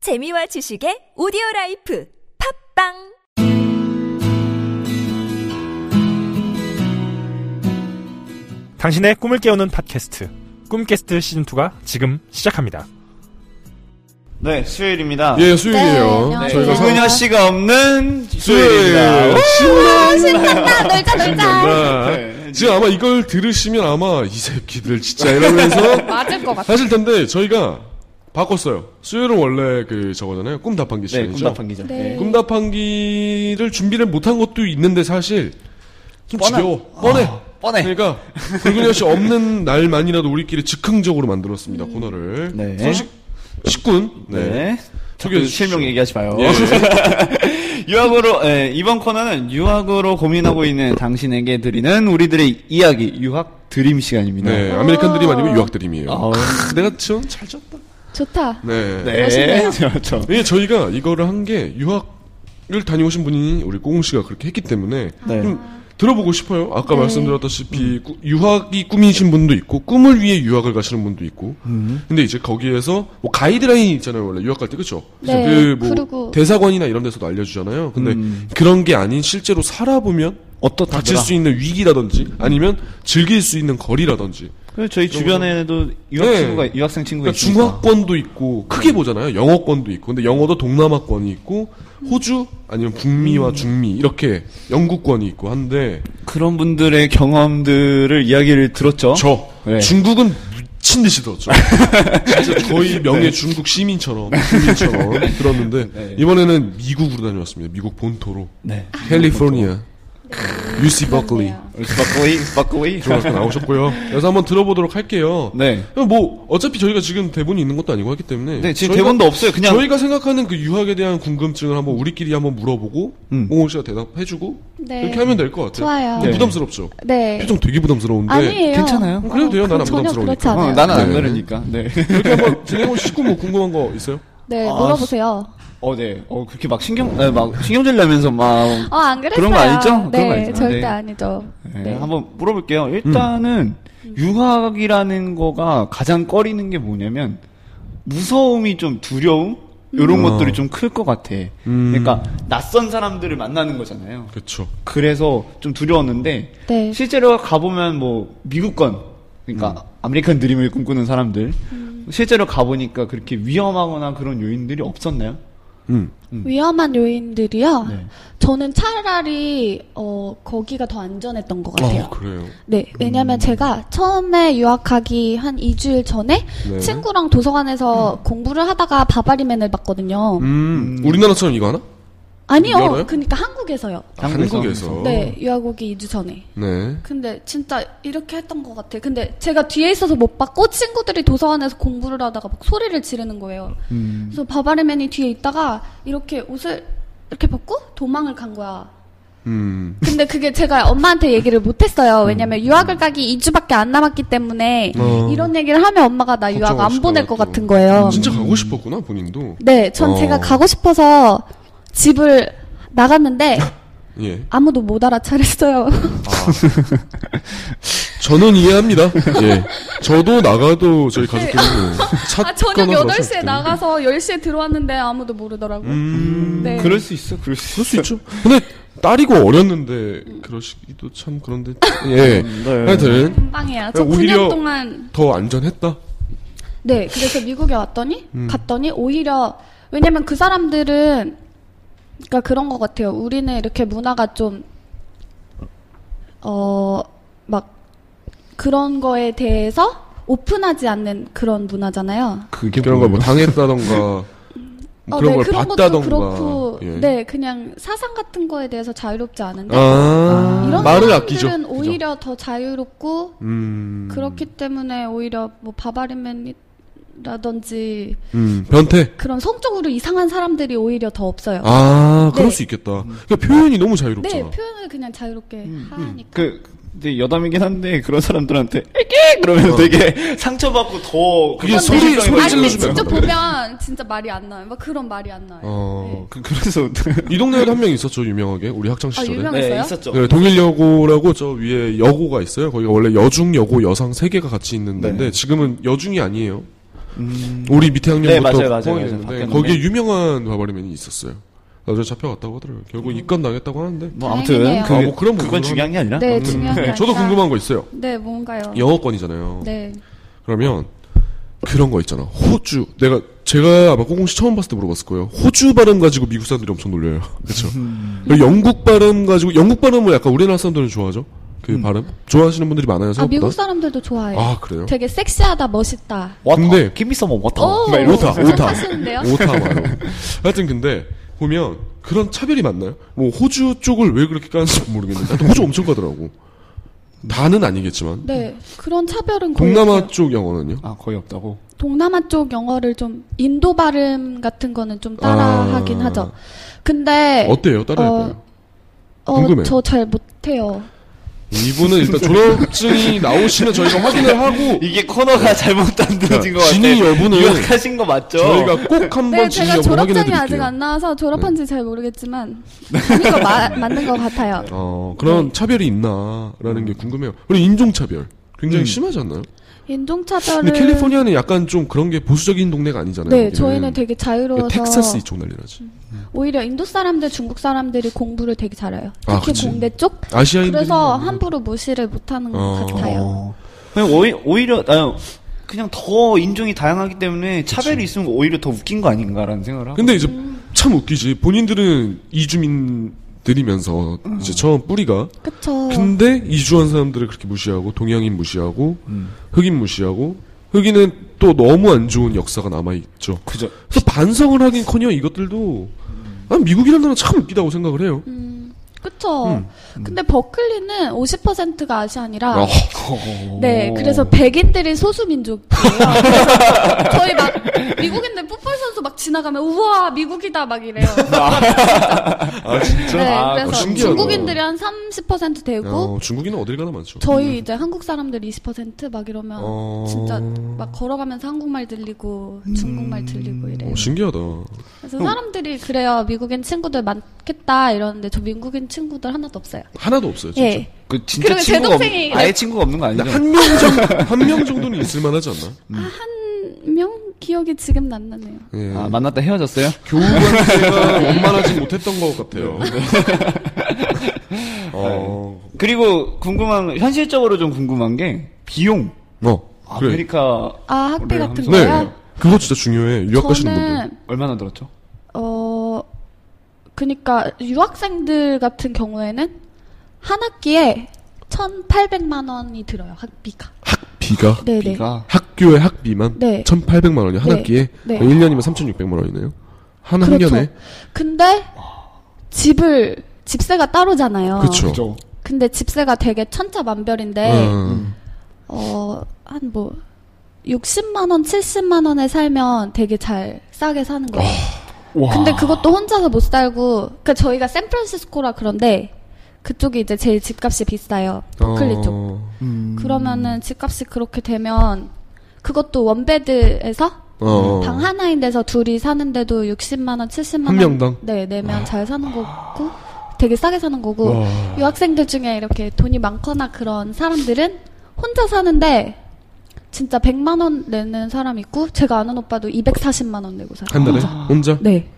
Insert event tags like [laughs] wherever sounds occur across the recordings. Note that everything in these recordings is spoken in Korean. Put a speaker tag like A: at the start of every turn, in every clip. A: 재미와 지식의 오디오 라이프 팝빵
B: 당신의 꿈을 깨우는 팟캐스트 꿈캐스트 시즌 2가 지금 시작합니다.
C: 네, 수요일입니다.
D: 예, 수요일이에요.
E: 아, 네,
D: 저희가
E: 안녕하세요.
D: 어? 사-
C: 소녀 씨가 없는
D: 수요일.
C: 수요일입니다. 네,
D: 신나.
E: 신난다 놀자 놀자
D: 네. 지금 아마 이걸 들으시면 아마 이 새끼들 진짜 이러면서
C: [laughs]
E: 맞을 것 같아
D: 하실 텐데 저희가 바꿨어요. 수요일은 원래 그 저거잖아요. 꿈답한기
C: 네,
D: 시간이죠.
C: 꿈답한기죠.
E: 네.
D: 꿈답한기를 준비를 못한 것도 있는데 사실 좀
C: 뻔하-
D: 지겨워. 뻔해.
C: 아, 뻔해.
D: 그러니까 붉은 여씨
C: [laughs]
D: 없는 날만이라도 우리끼리 즉흥적으로 만들었습니다 코너를.
C: 네.
D: 소식 식군. 네.
C: 네. 자꾸
D: 소개해 주십시오.
C: 실명 얘기하지 마요.
D: 예.
C: [laughs] 유학으로, 예, 이번 코너는 유학으로 고민하고 있는 당신에게 드리는 우리들의 이야기, 유학 드림 시간입니다.
D: 네, 아메리칸 드림 아니고 유학 드림이에요.
C: 어,
D: 크, 내가 지금 잘 쳤다.
E: 좋다
D: 네.
C: 네.
E: 멋있네요.
C: [laughs] 저, 저.
D: 예, 저희가 이거를 한 게 유학을 다녀오신 분이 우리 꼬공 씨가 그렇게 했기 때문에
C: 네.
D: 좀 들어보고 싶어요.
E: 네.
D: 아까 말씀드렸다시피 꾸- 유학이 꿈이신 분도 있고 꿈을 위해 유학을 가시는 분도 있고.
C: 음.
D: 근데 이제 거기에서 뭐 가이드라인 있잖아요. 원래 유학 갈 때 그렇죠.
E: 네,
D: 그뭐
E: 그리고-
D: 대사관이나 이런 데서도 알려주잖아요. 근데 그런 게 아닌 실제로 살아보면
C: 음. 어떻다.
D: 다칠 수 있는 위기라든지 아니면 즐길 수 있는 거리라든지
C: 그리고 저희 주변에도 유학
D: 네.
C: 친구가, 유학생 친구가
D: 그러니까 중화권도 있고 크게
C: 음.
D: 보잖아요. 영어권도 있고 근데 영어도 동남아권이 있고 호주 아니면 북미와
C: 음.
D: 중미 이렇게 영국권이 있고 한데
C: 그런 분들의 경험들을 이야기를 들었죠.
D: 저
C: 네.
D: 중국은 미친
C: [laughs]
D: 듯이 들었죠. 진짜
C: 네.
D: 거의 명예 중국 시민처럼 시민처럼 들었는데 이번에는 미국으로 다녀왔습니다. 미국 본토로
C: 네.
D: 캘리포니아 UC 버클리
C: 아, 바꾸이, 바꾸이.
D: 들어가서 나오셨고요. 그래서 한번 들어보도록 할게요.
C: 네.
D: 뭐 어차피 저희가 지금 대본이 있는 것도 아니고 하기 때문에
C: 네, 지금
D: 저희가-
C: 대본도 없어요. 그냥
D: 저희가 생각하는 그 유학에 대한 궁금증을 한번 우리끼리 한번 물어보고
C: 음.
D: 옹호 씨가 대답해주고
E: 네.
D: 이렇게 하면 될 것 같아요.
E: 좋아요.
D: 좀
C: 네.
D: 부담스럽죠.
E: 네
D: 표정 되게 부담스러운데
E: 아니에요
C: 괜찮아요.
D: 음, 그래도 돼요.
E: 어,
D: 난안
E: 전혀
D: 부담스러우니까.
E: 그렇지 않아요.
C: 어, 나는 안
D: 네.
C: 그러니까. 네.
D: 이렇게
C: [laughs]
D: 한번 진행하고 싶고 뭐 궁금한 거 있어요?
E: 네
C: 아,
E: 물어보세요
C: 어, 네. 어, 그렇게 막 신경, 네, 막 신경질 내면서 막.
E: 어안 그랬어요
C: 그런 거 아니죠? 그런
E: 네
C: 거 아니죠?
E: 절대
C: 네.
E: 아니죠
C: 네, 음.
E: 네.
C: 한번 물어볼게요. 일단은, 유학이라는 거가 가장 꺼리는 게 뭐냐면, 무서움이 좀 두려움? 요런 것들이 좀 클 것 같아. 그러니까, 낯선 사람들을 만나는 거잖아요.
D: 그렇죠.
C: 그래서 좀 두려웠는데,
E: 네.
C: 실제로 가보면 뭐, 미국권,
D: 음.
C: 그러니까, 아메리칸 드림을 꿈꾸는 사람들,
F: 음.
C: 실제로 가보니까 그렇게 위험하거나 그런 요인들이 없었나요?
D: 음.
F: 위험한 요인들이요.
C: 네.
F: 저는 차라리 어 거기가 더 안전했던 것 같아요.
D: 어, 그래요.
F: 네, 왜냐면 제가 처음에 유학하기 한 2주일 전에
D: 네.
F: 친구랑 도서관에서 공부를 하다가 바바리맨을 봤거든요.
D: 음, 우리나라처럼 이거 하나?
F: 아니요,
D: 열어요?
F: 그러니까 한국에서요.
C: 한국에서?
D: 아, 한국에서.
F: 네, 유학 오기 2주 전에.
D: 네.
F: 근데 진짜 이렇게 했던 것 같아요. 근데 제가 뒤에 있어서 못 봤고 친구들이 도서관에서 공부를 하다가 막 소리를 지르는 거예요.
D: 음.
F: 그래서 바바리맨이 뒤에 있다가 이렇게 옷을 이렇게 벗고 도망을 간 거야.
D: 음.
F: 근데 그게 제가 엄마한테 얘기를 못했어요. 왜냐면 유학을 가기 2주밖에 안 남았기 때문에
D: 어.
F: 이런 얘기를 하면 엄마가 나 유학 안
D: 걱정하실
F: 보낼
D: 것
F: 것
D: 같고.
F: 같은
E: 음.
F: 거예요.
D: 음, 진짜 가고 싶었구나 본인도.
F: 네, 전
D: 어.
F: 제가 가고 싶어서 집을
D: [laughs]
F: 나갔는데
D: 예.
F: 아무도 못 알아차렸어요.
D: 저는 이해합니다. 예. 저도 나가도
E: [laughs]
D: 저희 가족들이 찾거나
F: 아, 저녁
D: 그러지
F: 8시에
D: 않기 때문에.
F: 나가서 10시에 들어왔는데 아무도 모르더라고요.
D: 음,
F: 네.
C: 음. 그럴 수 있어, 그럴 수 있어.
D: 그럴 수 있죠. [laughs] 근데 딸이고 어렸는데 그러시기도 참 그런데 예.
C: 네.
D: 하여튼
F: 빵이야. 저
D: 오히려-
F: 9년 동안
D: 더 안전했다.
F: 네, 그래서 미국에 왔더니
D: 음.
F: 갔더니 오히려 왜냐면 그 사람들은 그러니까 그런 것 같아요. 우리는 이렇게 문화가 좀 어 막 그런 거에 대해서 오픈하지 않는 그런 문화잖아요.
C: 그게
D: 그런 걸 뭐 [laughs] 당했다던가 뭐
F: 어,
D: 그런
F: 네,
D: 걸
F: 그런 것도
D: 봤다던가.
F: 그렇고,
D: 예.
F: 네, 그냥 사상 같은 거에 대해서 자유롭지 않은데
D: 아,
F: 이런
D: 말을
F: 사람들은
D: 아끼죠. 그죠?
F: 오히려 더 자유롭고
D: 음,
F: 그렇기 때문에 오히려 뭐 바바리맨이라든지
D: 음, 변태.
F: 그런 성적으로 이상한 사람들이 오히려 더 없어요.
D: 아, 그렇죠. 그럴
F: 네.
D: 수 있겠다. 그러니까 표현이 너무
F: 네,
D: 자유롭잖아.
F: 표현을 그냥 자유롭게
D: 음,
F: 하니까.
C: 그 근데 여담이긴 한데 그런 사람들한테 이렇게 그러면 되게 [laughs] 상처받고 더
D: 어. 그게
C: 그런
D: 소리-
C: 심정이
D: 소리
C: 많이
F: 아니, 근데
C: 들어요.
D: 질러주면 안
F: 진짜
D: 돼요.
F: 보면 진짜 말이 안 나요. 막 그런 말이 안 나요.
D: 어.
C: 그- [laughs] 그래서
D: 이 동네에도 한 명 있었죠, 유명하게. 우리 학창 시절에.
F: 유명한- 네,
C: 있었죠.
D: 네, 동일여고라고 저 위에 네. 여고가 있어요. 거기가 원래 여중, 여고, 여상 세 개가 같이 있는 데인데 지금은 여중이 아니에요. 뭐 우리 밑에
C: 네,
D: 학년부터
C: 맞아요, 맞아요, 맞아요. 네,
D: 있는데
C: 바뀌었는데.
D: 거기에 유명한 바바리맨이 있었어요. 나중에 잡혀갔다고 하더라고요. 결국 입건 당했다고 하는데.
C: 뭐 아무튼
F: 다행이네요.
C: 그,
D: 아, 뭐 그런
C: 그건
D: 부분은-
C: 중요한 게 아니라
F: 네, 중요한 게
D: 네, 저도
F: 아니라.
D: 궁금한 거 있어요.
F: 네, 뭔가요?
D: 영어권이잖아요.
F: 네.
D: 그러면 그런 거 있잖아. 호주. 내가 제가 아마 꽁꽁씨 처음 봤을 때 물어봤을 거예요. 호주 발음 가지고 미국 사람들이 엄청 놀려요. [laughs] 그렇죠.
F: 음.
D: 영국 발음 가지고 영국 발음을 약간 우리나라 사람들은 좋아하죠. 그 발음 좋아하시는 분들이 많아요.
F: 아,
D: 생각보다.
F: 미국 사람들도 네. 좋아해요.
D: 아, 그래요?
F: 되게 섹시하다, 멋있다.
C: 워터
D: 근데-
C: 김미서머 워터
F: 오,
C: 막 이런 거.
D: 오타, 오타.
F: 하시는데요?
D: 어, 오타 와요. 하여튼 근데 보면 그런 차별이 맞나요? 뭐 호주 쪽을 왜 그렇게 까는지 모르겠는데 하여튼 호주 엄청 까더라고. 다는 아니겠지만
F: 네, 그렇죠. 그런 차별은 거의
D: 동남아
F: 없어요.
D: 쪽 영어는요?
C: 아 거의 없다고
F: 동남아 쪽 영어를 좀 인도 발음 같은 거는 좀 따라하긴
D: 아.
F: 하죠. 근데
D: 어때요? 따라해봐요.
F: 어,
D: 궁금해요.
F: 저 잘 못해요.
D: 이분은 일단 졸업증이 나오시면 저희가 확인을 하고
F: [laughs]
C: 이게 코너가 잘못 네. 만들어진 것
D: 야,
C: 같아
D: 진위 여부는
C: 유학하신 거 맞죠?
D: 저희가 꼭 한번
F: 네,
D: 진위
F: 제가
D: 여부를 확인해
F: 졸업장이 아직
D: 드릴게요. 네.
F: 안 나와서 졸업한지 잘 모르겠지만 아닌 거 마- 맞는 것
D: [laughs]
F: 같아요.
D: 어, 그런
F: 네.
D: 차별이 있나라는 게 궁금해요. 그리고 인종차별 굉장히 심하지 않나요?
F: 인종 차별을
D: 근데 캘리포니아는 약간 좀 그런 게 보수적인 동네가 아니잖아요.
F: 네,
D: 여기는.
F: 저희는 되게
D: 그러니까
F: 자유로워서 음.
D: 텍사스 이쪽 난리 나지.
F: 오히려 인도 사람들, 중국 사람들이 공부를 되게 잘해요.
D: 아,
F: 특히
D: 그치.
F: 공대 쪽.
D: 아시아인들
F: 그래서 함부로 무시를 못하는 것
D: 어.
F: 같아요.
C: 어. 그냥 오히, 오히려 아, 그냥 더 인종이 다양하기 때문에 차별이 있으면 오히려 더 웃긴 거 아닌가라는 생각을 하고
D: 근데 이제 참 웃기지. 본인들은 이주민들이면서 이제 처음 뿌리가
F: 그쵸.
D: 근데 이주한 사람들을 그렇게 무시하고 동양인 무시하고 흑인 무시하고 흑인은 또 너무 안 좋은 역사가 남아 있죠.
C: 그죠
D: 그래서 반성을 하긴커녕 이것들도 난 미국이라는 나라 참 웃기다고 생각을 해요.
F: 음, 그쵸.
D: 음.
F: 근데 버클리는 50%가 아시안이라.
D: 아,
C: 어.
F: 네, 그래서 백인들이 소수민족이에요. 그래서 저희 막 미국인들 풋볼 선수 막 지나가면 우와 미국이다 막 이래요.
D: 아 진짜.
F: 네,
C: 아,
F: 그래서
D: 신기하다.
F: 중국인들이 한 30% 되고
D: 야, 중국인은 어딜 가나 많죠.
F: 저희 이제 한국 사람들 20%막 이러면
D: 어. 음.
F: 진짜 막 걸어가면서 한국말 들리고 중국말 들리고 이래요.
D: 어, 신기하다.
F: 그래서 사람들이 그래요 미국인 친구들 많겠다 이러는데 저 미국인 친구들 하나도 없어요.
D: 하나도 없어요. 진짜.
F: 예.
C: 그 진짜
F: 그리고 제
C: 친구가
F: 동생이 네.
C: 없, 아예
F: 그래-
C: 친구가 없는 거 아니죠?
D: 한 명 정도 한 명 정도는 있을 만하지 않나?
F: 명 기억이 지금 안 나네요.
D: 예.
C: 아, 만났다 [laughs] 헤어졌어요?
D: 교우관계가 원만하지 못했던 것 같아요. 네. [laughs] 어,
C: 그리고 궁금한 현실적으로 좀 궁금한 게 비용
D: 어, 그래.
C: 아메리카
F: 아 학비
C: 원래
F: 같은
C: 항상-
F: 거요?
D: 네, 그거 진짜 중요해. 유학 가시는 분들.
F: 저는
C: 얼마나 들었죠?
F: 어 그니까 유학생들 같은 경우에는 한 학기에 1,800만 원이 들어요 학비가.
D: 학비가
F: 네네.
C: 비가
D: 학교의 학비만
F: 네.
D: 1,800만 원이 한
F: 네.
D: 학기에 어,
F: 네.
D: 1년이면 3,600만 원이네요. 한 학년에
F: 그렇죠. 근데 집을 집세가 따로잖아요.
D: 그쵸.
C: 그죠?
F: 근데 집세가 되게 천차만별인데
D: 음,
F: 어 한 뭐 60만 원, 70만 원에 살면 되게 잘 싸게 사는
D: 아,
F: 거예요. 근데 그것도 혼자서 못 살고 그러니까 저희가 샌프란시스코라 그런데 그쪽이 이제 제일 집값이 비싸요. 버클리 쪽.
D: 어,
C: 음.
F: 그러면은 집값이 그렇게 되면 그것도 원베드에서
D: 어.
F: 방 하나인데서 둘이 사는데도 60만 원, 70만 원.
D: 한 명당?
F: 네, 내면 잘 사는 거고 되게 싸게 사는 거고
D: 와.
F: 유학생들 중에 이렇게 돈이 많거나 그런 사람들은 혼자 사는데 진짜 100만 원 내는 사람 있고 제가 아는 오빠도 240만 원 내고
D: 한
F: 살아요.
D: 달에 혼자?
F: 네.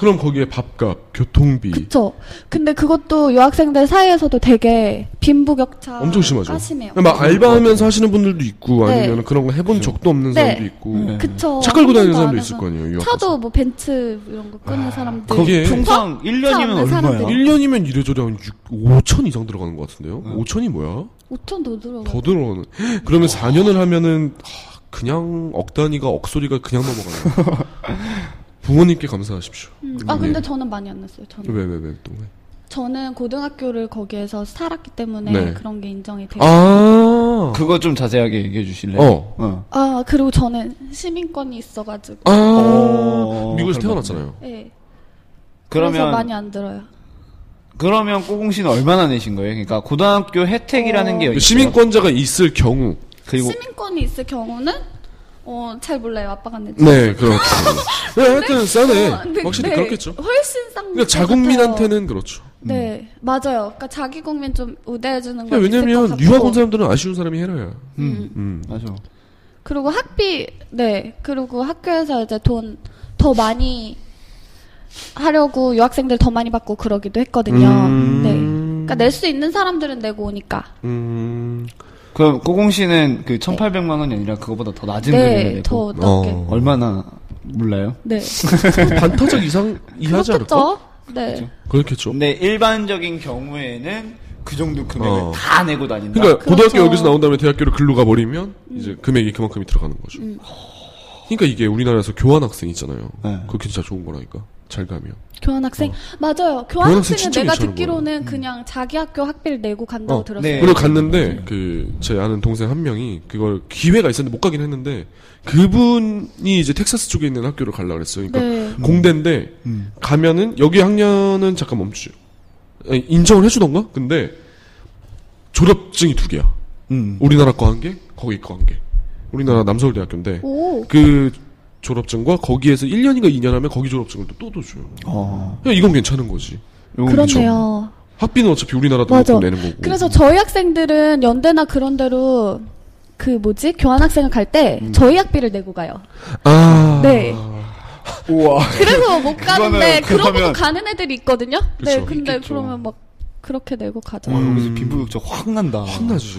D: 그럼 거기에 밥값, 교통비
F: 그쵸. 근데 그것도 유학생들 사이에서도 되게 빈부격차.
D: 엄청 심하죠.
F: 심해요.
D: 막 알바하면서 하시는 분들도 있고
F: 네.
D: 아니면 그런 거 해본 적도 없는
F: 네.
D: 사람도 있고
F: 그쵸.
D: 차 끌고 다니는
F: 한 번도
D: 사람도
F: 안
D: 있을
F: 해서.
D: 거 아니에요. 아, 유학 가서.
F: 차도 뭐 벤츠 이런 거 끄는 사람들. 어?
D: 그게-
C: 그게 통상 어? 1년이면 얼마야?
F: 네, 사람들이.
D: 1년이면 이래저래 한 6, 5천 이상 들어가는 것 같은데요? 5천이 뭐야?
F: 5천 더 들어가.
D: 더 네. 어, 들어가는. 그러면 4년을 하면은 하, 그냥 억 단위가 억 소리가 그냥 넘어가요. [laughs] 부모님께 감사하십시오.
F: 음, 아 근데 저는 많이 안 냈어요. 저는
D: 예. 왜왜왜 또? 왜?
F: 저는 고등학교를 거기에서 살았기 때문에
D: 네.
F: 그런 게 인정이 돼요. 아.
D: 아.
C: 그거 좀 자세하게 얘기해 주실래요?
D: 어.
C: 어.
F: 아, 그리고 저는 시민권이 있어가지고.
D: 아.
C: 어, 그런
D: 미국에서 태어났잖아요.
F: 네. 그래서
C: 그러면
F: 많이 안 들어요.
C: 그러면 꼬공 씨는 얼마나 내신 거예요? 그러니까 고등학교 혜택이라는 게 있어요?
D: 그 시민권자가 있을 경우.
C: 그리고
F: 시민권이 있을 경우는 어, 잘 몰라요. 아빠가 냈죠.
D: 네, 그렇죠. 네, 하여튼 싸네.
F: 어, 근데-
D: 확실히
F: 네,
D: 그렇겠죠.
F: 훨씬 싼
D: 그러니까
F: 것 같아요.
D: 자국민한테는 그렇죠.
F: 네 맞아요. 그러니까 자기 국민
D: 그렇죠.
F: 좀 우대해주는 거.
D: 음,
F: 음.
D: 왜냐면 유학 온 사람들은 아쉬운 사람이 해라야.
C: 음. 맞아.
F: 그리고 학비 네 그리고 학교에서 이제 돈 더 많이 하려고 유학생들 더 많이 받고 그러기도 했거든요.
D: 음.
F: 네. 그러니까 낼 수 있는 사람들은 내고 오니까.
D: 음.
C: 그럼 꼬공 씨는 그 1,800만 원이 아니라 그거보다 더 낮은 금액을
F: 네,
C: 내고
F: 더 낮게.
D: 어.
C: 얼마나 몰라요?
F: 네.
D: 반타작 이상 이하지 않을까?
F: 그렇겠죠. 네.
D: 그렇겠죠.
C: 근데 일반적인 경우에는 그 정도 금액을
D: 어.
C: 다 내고 다닌다.
D: 그러니까
F: 그렇죠.
D: 고등학교 여기서 나온 다음에 대학교를 글로 가버리면 이제 금액이 그만큼이 들어가는 거죠. 그러니까 이게 우리나라에서 교환 학생 있잖아요.
C: 네.
D: 그거 진짜 좋은 거라니까. 잘 가면.
F: 교환학생 맞아요.
D: 어. 교환학생
F: 교환학생은
D: 진짜
F: 내가
D: 괜찮은
F: 듣기로는 그냥 자기 학교 학비를 내고 간다고
D: 어,
F: 들었어요.
C: 네.
D: 그리고 갔는데 그 제 아는 동생 한 명이 그걸 기회가 있었는데 못 가긴 했는데 그분이 이제 텍사스 쪽에 있는 학교를 가려고 그랬어요. 그러니까
F: 네.
D: 공대인데
C: 음.
D: 가면은 여기 학년은 잠깐 멈추죠. 아니, 인정을 해주던가? 근데 졸업증이 두 개야.
C: 음.
D: 우리나라 거 한 개, 거기 거 한 개. 우리나라 남서울대학교인데
F: 오.
D: 그 졸업증과 거기에서 1년인가 2년 하면 거기 졸업증을 또, 또 줘요.
C: 어.
D: 그냥 이건 괜찮은 거지.
C: 요건
F: 그렇네요.
D: 학비는 어차피 우리나라
F: 맞아.
D: 돈으로 내는 거고.
F: 그래서 저희 학생들은 연대나 그런 데로 그 뭐지 교환학생을 갈 때
D: 음.
F: 저희 학비를 내고 가요.
D: 아.
F: 네.
C: 좀- 우와.
F: 그래서 못 가는데
C: 그거는 그러면-
F: 그러고도 가는 애들이 있거든요. 네,
D: 그쵸,
F: 근데
C: 있겠죠.
F: 그러면막 그렇게 내고 가죠.
C: 와, 어, 여기서 빈부격차 확 난다.
D: 음. 혼나지.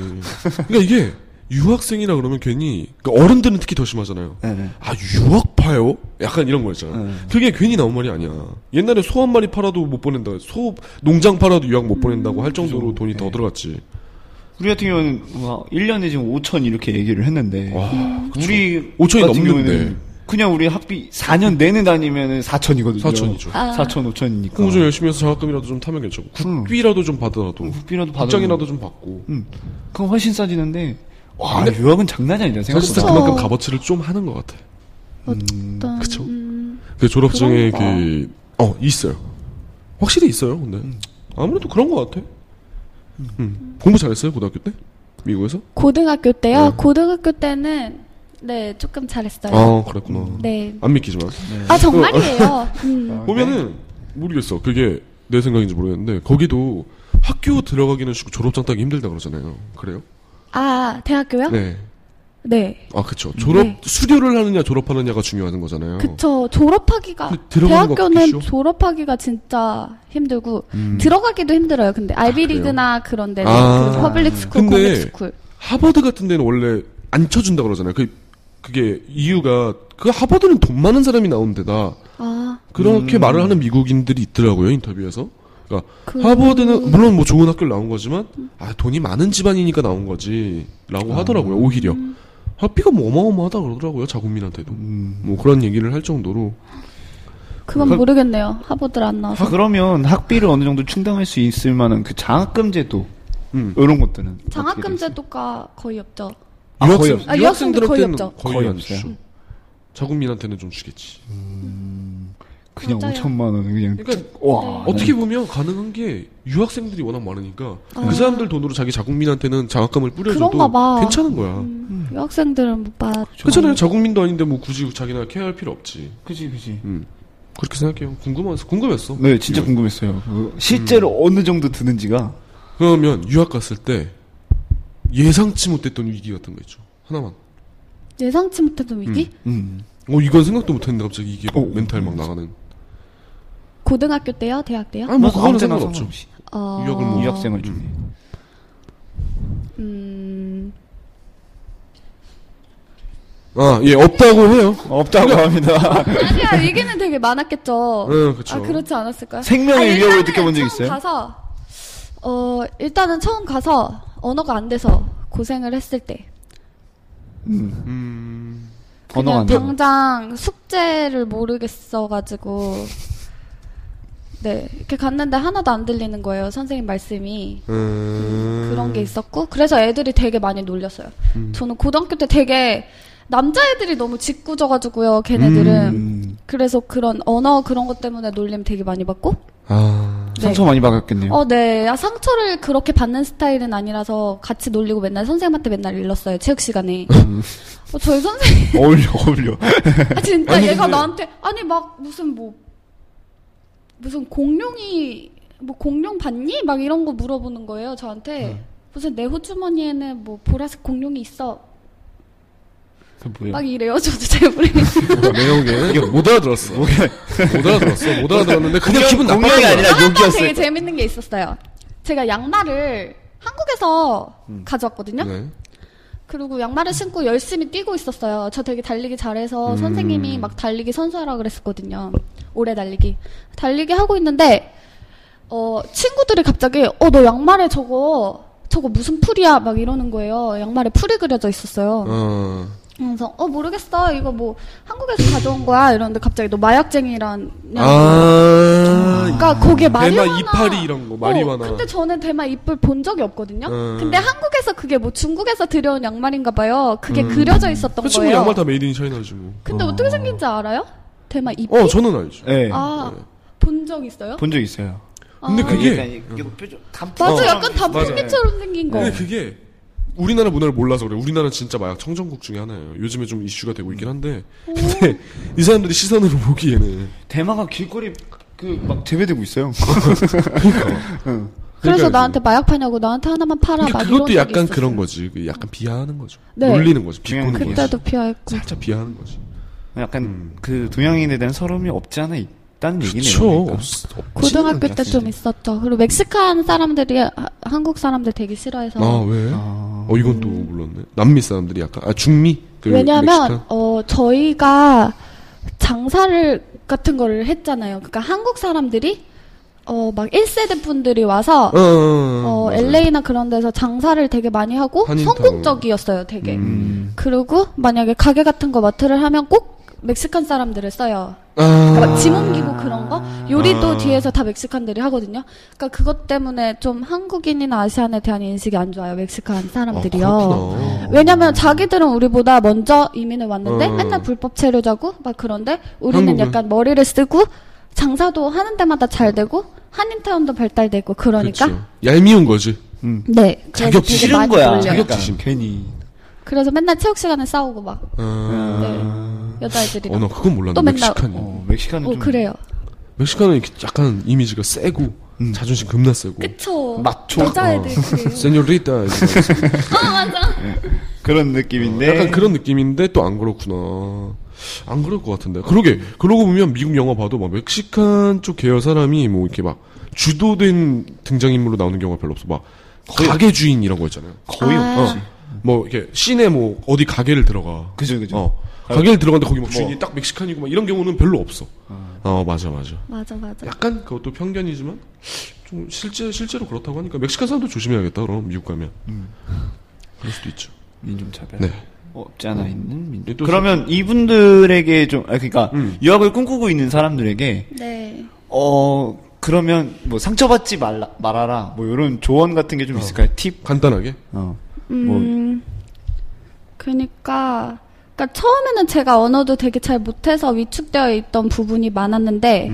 D: 그러니까 이게 유학생이라 그러면 괜히 그러니까 어른들은 특히 더 심하잖아요.
C: 네네.
D: 아 유학파요? 약간 이런 거 있잖아. 요
C: 네.
D: 그게 괜히 나온 말이 아니야. 옛날에 소 한 마리 팔아도 못 보낸다. 소 농장 팔아도 유학 못 보낸다고 할 정도로 돈이
C: 네.
D: 더 들어갔지.
C: 우리 같은 경우는 와, 1년에 지금 5천 이렇게 얘기를 했는데
D: 와.
C: 우리 같은
D: 5천이 넘는데.
C: 경우에는 그냥 우리 학비 4년 내내 다니면은 4천이거든요.
D: 4천이죠.
F: 아.
C: 4천 5천이니까.
D: 공부 좀 열심히 해서 장학금이라도 좀 타면 괜찮고
F: 음.
D: 국비라도 좀 받더라도
C: 국비라도 받아.
D: 국장이라도 좀 받고
C: 음. 그건 훨씬 싸지는데 와 유학은 장난이 아니다
D: 사실상
C: 생각보다.
F: 그쵸.
D: 그만큼 값어치를 좀 하는 것 같아.
F: 어떤
D: 그쵸.
F: 음,
D: 그 졸업증에
F: 그런가?
D: 그어 있어요. 확실히 있어요. 근데
F: 음.
D: 아무래도 그런 것 같아. 음. 공부 잘했어요 고등학교 때 미국에서?
F: 고등학교 때요.
D: 네.
F: 고등학교 때는 네 조금 잘했어요.
D: 아 그랬구나.
F: 네.
D: 안 믿기지만
F: 아
D: 어.
F: 정말이에요. 음.
C: 네.
D: 보면은 모르겠어. 그게 내 생각인지 모르겠는데 거기도 학교 들어가기는 쉽고 졸업장 따기 힘들다 그러잖아요. 그래요?
F: 아 대학교요? 네.
D: 네. 아 그쵸. 졸업
F: 네.
D: 수료를 하느냐 졸업하느냐가 중요한 거잖아요.
F: 그쵸. 졸업하기가
D: 근데 어. 들어가는 거
F: 대학교는
D: 없겠죠?
F: 졸업하기가 진짜 힘들고 들어가기도 힘들어요. 근데 아이비리그나 그런 데는
D: 음. 아.
F: 그 퍼블릭 스쿨,
D: 근데
F: 공립 스쿨.
D: 하버드 같은 데는 원래 안 쳐준다 그러잖아요. 그 그게 이유가 그 하버드는 돈 많은 사람이 나온 데다.
F: 아
C: 음.
D: 그렇게 말을 하는 미국인들이 있더라고요 인터뷰에서. 그러니까
F: 그-
D: 하버드는 물론 뭐 좋은 학교를 나온 거지만 아 돈이 많은 집안이니까 나온 거지라고
C: 아.
D: 하더라고요 오히려
F: 음.
D: 학비가 뭐 어마어마하다 그러더라고요 자국민한테도
C: 음.
D: 뭐 그런 얘기를 할 정도로
F: 그건
C: 그-
F: 모르겠네요. 하버드를 안 나와서.
C: 아, 그러면 학비를 어느 정도 충당할 수 있을 만한 그 장학금 제도
D: 음.
C: 이런 것들은
F: 장학금 제도가 거의 없죠.
C: 아, 거의
D: 유학생-
C: 없-
F: 아,
D: 유학생들한테는
F: 유학생도 거의 없죠.
D: 거의
C: 거의
D: 안
C: 없어요.
D: 주죠. 자국민한테는 좀 주겠지.
C: 그냥
F: 맞아요.
C: 5천만 원 그냥 네.
D: 그러니까
C: 와
D: 어떻게 보면 가능한 게 유학생들이 워낙 많으니까 그 사람들 돈으로 자기 자국민한테는 장학금을
F: 아. 그런가
D: 뿌려줘도
F: 봐. 음.
D: 괜찮은 거야.
F: 유학생들은 못 받.
D: 그렇잖아요. 자국민도 아닌데 뭐 굳이 자기나 케어할 필요 없지.
C: 그지 그지
D: 그렇게 생각해요. 궁금해서 궁금했어.
C: 네 진짜
D: 이거.
C: 궁금했어요 그거 실제로
D: 음.
C: 어느 정도 드는지가
D: 그러면 유학 갔을 때 예상치 못했던 위기 같은 거 있죠. 하나만.
F: 예상치 못했던 위기?
C: 음.
D: 어 이건 생각도 못했는데 갑자기 이게 막
C: 어,
D: 멘탈 막 나가는.
F: 고등학교 때요? 대학 때요?
D: 음. 아뭐 그거는
C: 아무 때나
D: 상관없죠.
C: 상관없이.
F: 어...
D: 유학을 뭐-
C: 유학생을 중에
F: 음.
D: 아 예 없다고 해요.
C: 없다고 합니다
F: 아니야 위기는 되게 많았겠죠.
D: 네, 그쵸.
F: 아 그렇지 않았을까요?
C: [laughs] 생명의
F: 아니,
C: 위협을
F: 일단은
C: 느껴본 적
F: 처음
C: 있어요?
F: 가서 어 일단은 처음 가서 언어가 안 돼서 고생을 했을 때
D: 음.
C: 번호가
F: 그냥
C: 안 되고
F: 당장 숙제를 모르겠어가지고 네 이렇게 갔는데 하나도 안 들리는 거예요 선생님 말씀이
D: 음.
F: 그런 게 있었고 그래서 애들이 되게 많이 놀렸어요.
C: 음.
F: 저는 고등학교 때 되게 남자애들이 너무 짓궂어가지고요 걔네들은
C: 음.
F: 그래서 그런 언어 그런 것 때문에 놀림 되게 많이 받고
D: 아.
F: 네.
C: 상처 많이 받았겠네요
F: 어, 네. 아, 상처를 그렇게 받는 스타일은 아니라서 같이 놀리고 맨날 선생님한테 맨날 일렀어요. 체육
C: [laughs]
F: 시간에.
C: 음.
F: 어, 저희 선생님,
C: 어울려 어울려
F: 아, 진짜
D: 아니,
F: 얘가
D: 근데-
F: 나한테, 아니, 막 무슨 뭐, 무슨 공룡이, 뭐 공룡 봤니? 막 이런 거 물어보는 거예요,
C: 음.
F: 저한테. 무슨 내 호주머니에는 뭐 보라색 공룡이 있어.
C: 그 뭐예요?
F: 막 이래요. 저도 잘 모르겠어요.
D: [laughs] 내용에 못 알아들었어.
C: [laughs]
D: 못 알아들었어. 못 알아들었는데 그냥 기분 나빠.
C: 공연이 아니라
F: 한 번 되게
C: 욕이었어요.
F: 재밌는 게 있었어요. 제가 양말을 한국에서
C: 음.
F: 가져왔거든요.
D: 네.
F: 그리고 양말을 신고 열심히 뛰고 있었어요. 저 되게 달리기 잘해서 선생님이 막 달리기 선수하라 그랬었거든요. 오래 달리기. 달리기 하고 있는데 어 친구들이 갑자기 어 너 양말에 저거 저거 무슨 풀이야 막 이러는 거예요. 양말에 풀이 그려져 있었어요.
D: 어.
F: 그래서 어 모르겠어 이거 뭐 한국에서 가져온 거야 이러는데 갑자기 너 마약쟁이란
D: 아.
F: 그러니까 거기에
D: 대마
F: 마리화나
D: 이파리 이런 거, 마리화나.
F: 어, 근데 저는 대마 잎을 본 적이 없거든요.
D: 음.
F: 근데 한국에서 그게 뭐 중국에서 들여온 양말인가 봐요. 그게 그려져 있었던
D: 그 친구
F: 거예요.
D: 양말 다 메이드 인 차이나지 뭐.
F: 근데 어. 떻게 생긴지 알아요? 대마 잎이?
D: 어, 저는 네. 알죠.
C: 예.
F: 아, 본 적 있어요?
C: 본 적 있어요.
D: 근데
F: 아.
C: 네,
D: 그게 음.
F: 맞아,
C: 어.
F: 약간 단풍잎처럼 생긴 거.
D: 근데 네. 그게 우리나라 문화를 몰라서 그래. 우리나라는 진짜 마약 청정국 중에 하나예요. 요즘에 좀 이슈가 되고 있긴 한데.
F: 어.
D: 근데 이 사람들이 시선으로 보기에는
C: 대마가 길거리 그 막 재배되고
D: [laughs]
C: 있어요.
F: 그래서
D: 그러니까요.
F: 나한테 마약 파냐고 나한테 하나만 팔아.
D: 그러니까
F: 막
D: 그것도
F: 이런 적이
D: 약간
F: 있었어요.
D: 그런 거지. 그 약간 비하하는 거죠.
F: 네.
D: 놀리는 거지. 비꼬는
C: 그냥
D: 거지.
F: 그때도 그렇죠. 피하였고.
D: 살짝 비하하는 거지.
C: 약간 그 동양인에 대한 서러움이 없지 않아 있다는 얘기네요.
D: 음. 그쵸.
C: 그러니까.
F: 어.
D: 없- 없지는
F: 고등학교
D: 않아.
F: 때 좀 있었죠. 그리고 멕시칸 사람들이 하- 한국 사람들 되게 싫어해서.
D: 아, 왜?
C: 아.
D: 어, 이건 또 몰랐네. 남미 사람들이 약간, 아, 중미? 그
F: 왜냐하면
D: 멕시칸?
F: 어 저희가 장사를 같은 거를 했잖아요. 그러니까 한국 사람들이 어 막 1세대 분들이 와서
D: 어, 어,
F: 어,
D: 어, 어, 맞아요.
F: LA나 그런 데서 장사를 되게 많이 하고
D: 한인타운. 음.
F: 성공적이었어요, 되게. 그리고 만약에 가게 같은 거 마트를 하면 꼭 멕시칸 사람들을 써요. 그러니까
D: 아,
F: 막짐 옮기고 그런 거 요리도 뒤에서 다 멕시칸들이 하거든요. 그러니까 그것 때문에 좀 한국인이나 아시안에 대한 인식이 안 좋아요. 멕시칸 사람들이요.
D: 아, 그렇구나.
F: 왜냐면 자기들은 우리보다 먼저 이민을 왔는데
D: 어.
F: 맨날 불법 체류자고 막 그런데 우리는
D: 한국은?
F: 약간 머리를 쓰고 장사도 하는 데마다 잘 되고 한인타운도 발달되고 그러니까
D: 그렇죠. 얄미운 거지.
F: 네 그래서
D: 자격
F: 되게
C: 싫은
F: 많이
C: 거야.
D: 아,
F: 놀려요.
D: 그러니까.
C: 자격지심 괜히.
F: 그래서 맨날 체육 시간에 싸우고 막
D: 아,
F: 네. 여자애들이랑
D: 어, 나 그건 몰랐네.
F: 또 맨날-
D: 멕시칸이.
C: 어, 멕시칸은
F: 어
C: 좀
F: 그래요
D: 멕시칸은 이렇게 약간 이미지가 세고, 자존심 겁나 세고.
F: 그쵸
C: 마초. 어.
F: 여자애들
D: [laughs]
F: 그래요
C: [laughs]
D: 세뇨리타. 이러면서.
C: 그런 느낌인데.
D: 약간 그런 느낌인데 또 안 그렇구나. 안 그럴 것 같은데. 그러게. 그러고 보면 미국 영화 봐도 막 멕시칸 쪽 계열 사람이 뭐 이렇게 막 주도된 등장인물로 나오는 경우가 별로 없어. 막 가게 주인 이런 거 있잖아요.
C: 거의
F: 아.
C: 없지.
D: 뭐 이렇게 시내 뭐 어디 가게를 들어가.
C: 그죠, 그죠.
D: 어. 가게를 들어가는데 거기 막 주인이 딱 멕시칸이고 막 이런 경우는 별로 없어. 어, 맞아, 맞아.
F: 맞아 맞아
D: 약간 그것도 편견이지만 좀 실제 실제로 그렇다고 하니까 멕시칸 사람도 조심해야겠다. 그럼 미국 가면. 그럴 수도 있죠.
C: 민중차별. 어,
D: 네.
C: 없지 않아 있는 민중.
D: 음. 또
C: 그러면 이분들에게 좀, 아, 그니까,
D: 음.
C: 유학을 꿈꾸고 있는 사람들에게,
F: 네
C: 어, 그러면 뭐 상처받지 말라, 말아라. 뭐 이런 조언 같은
D: 어.
C: 게 좀 있을까요? 팁?
D: 간단하게.
C: 어.
F: 음, 그러니까, 그러니까 처음에는 제가 언어도 되게 잘 못해서 위축되어 있던 부분이 많았는데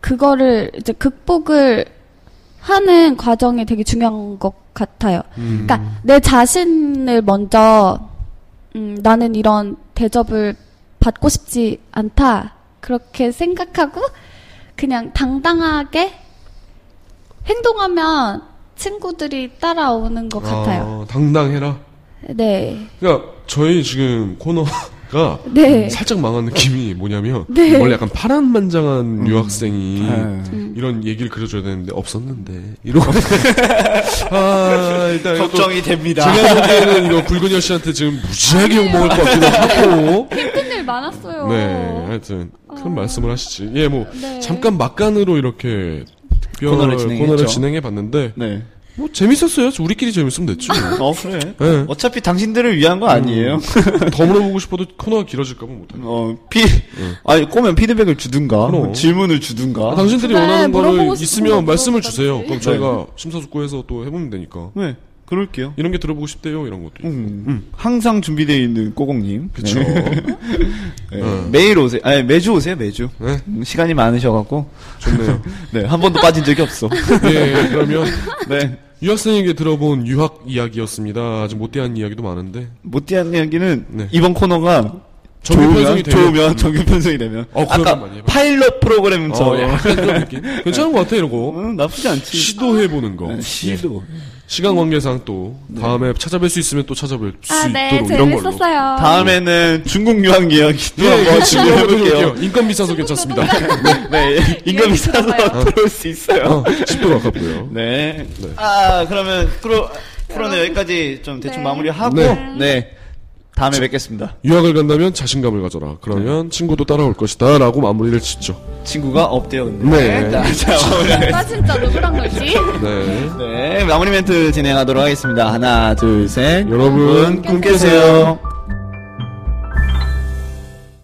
F: 그거를 이제 극복을 하는 과정이 되게 중요한 것 같아요. 그러니까 내 자신을 먼저 음, 나는 이런 대접을 받고 싶지 않다 그렇게 생각하고 그냥 당당하게 행동하면 친구들이 따라오는 것 같아요.
D: 아, 당당해라.
F: 네.
D: 그러니까 저희 지금 코너가
F: [laughs] 네.
D: 살짝 망한 느낌이 뭐냐면
F: 네.
D: 원래 약간 파란만장한 유학생이
C: 음. 네.
D: 이런 얘기를 그려줘야 되는데 없었는데
C: [laughs]
D: 이러고 아 일단 이거 또
C: 걱정이 됩니다.
D: 제가 보기에는 이거 굵은여 씨한테 지금 무지하게 욕먹을 것 같기도 하고
F: 힘든 일 많았어요.
D: 네 하여튼 그런 말씀을 하시지 예 뭐
F: 아. 네.
D: 잠깐 막간으로 이렇게
C: 코너를 진행했죠.
D: 진행해 봤는데
C: 네.
D: 뭐 재밌었어요 우리끼리 재밌으면 됐죠
C: 어, 그래.
D: 네. 음.
C: 어차피 당신들을 위한 거 아니에요.
D: 더 물어보고 싶어도 코너가 길어질까 봐 못하겠
C: [laughs] 어, 피, 아니, 꼬면 피드백을 주든가,
D: 음. 그럼.
C: 질문을 주든가.
D: 아, 당신들이
F: 네,
D: 원하는
F: 물어보고
D: 거를
F: 싶은
D: 있으면
F: 거
D: 말씀을
F: 물어보든지.
D: 주세요. 그럼 저희가 심사숙고해서 또 해보면 되니까.
C: 네, 그럴게요.
D: 이런 게 들어보고 싶대요. 이런 것도. 있고.
C: 음, 항상 준비되어 있는 꼬공님.
D: 그쵸.
C: 네. 네. 매일 오세요. 아니, 매주 오세요, 매주.
D: 네.
C: 음, 시간이 많으셔갖고.
D: 좋네요.
C: 네, 한 번도 빠진 적이
D: [laughs]
C: 없어.
D: 예, 그러면
C: 네.
D: 유학생에게 들어본 유학 이야기였습니다. 아직 못대한 이야기도 많은데.
C: 못대한 이야기는
D: 네.
C: 이번 코너가
D: 정규
C: 좋으면,
D: 편성이
C: 좋으면 [laughs] 정규 편성이 되면.
D: 어, 그런 거
C: 아까
D: 많이 해봐요.
C: 파일럿
D: 어,
C: 프로그램처럼.
D: 약간 그런 느낌. 괜찮은 것 같아, 이런 거.
C: 음, 나쁘지 않지.
D: 시도해보는 거. 예.
C: 네, 시도.
D: 시간 관계상 또 다음에 찾아뵐 수 있으면 또 찾아뵐 수
F: 아, 네,
D: 있도록 이런 걸로.
F: 재밌었어요.
C: 다음에는 중국 유학 이야기 또
D: 아. 예, 예,
C: 한번
D: 지금 해볼게요.
C: 해볼게요.
D: 인건비 싸서 괜찮습니다.
C: [laughs] 네, 임금 비싸서
F: 들어가요.
C: 들어올 수 있어요.
D: 어, 10분 아깝고요.
C: 네. 아, 그러면 프로, 프로는 여기까지 좀 대충
F: 네.
C: 마무리하고,
D: 네.
C: 네. 다음에 뵙겠습니다.
D: 유학을 간다면 자신감을 가져라. 그러면 친구도 따라올 것이다. 라고 마무리를 짓죠.
C: 친구가 없대요, 근데.
D: 네.
C: 자, 자, 마무리.
E: 나 진짜 누구랑 놀지?
D: 네.
C: 네, 마무리 멘트 진행하도록 하겠습니다. 하나, 둘, 셋.
D: 여러분,
C: 꿈 깨세요.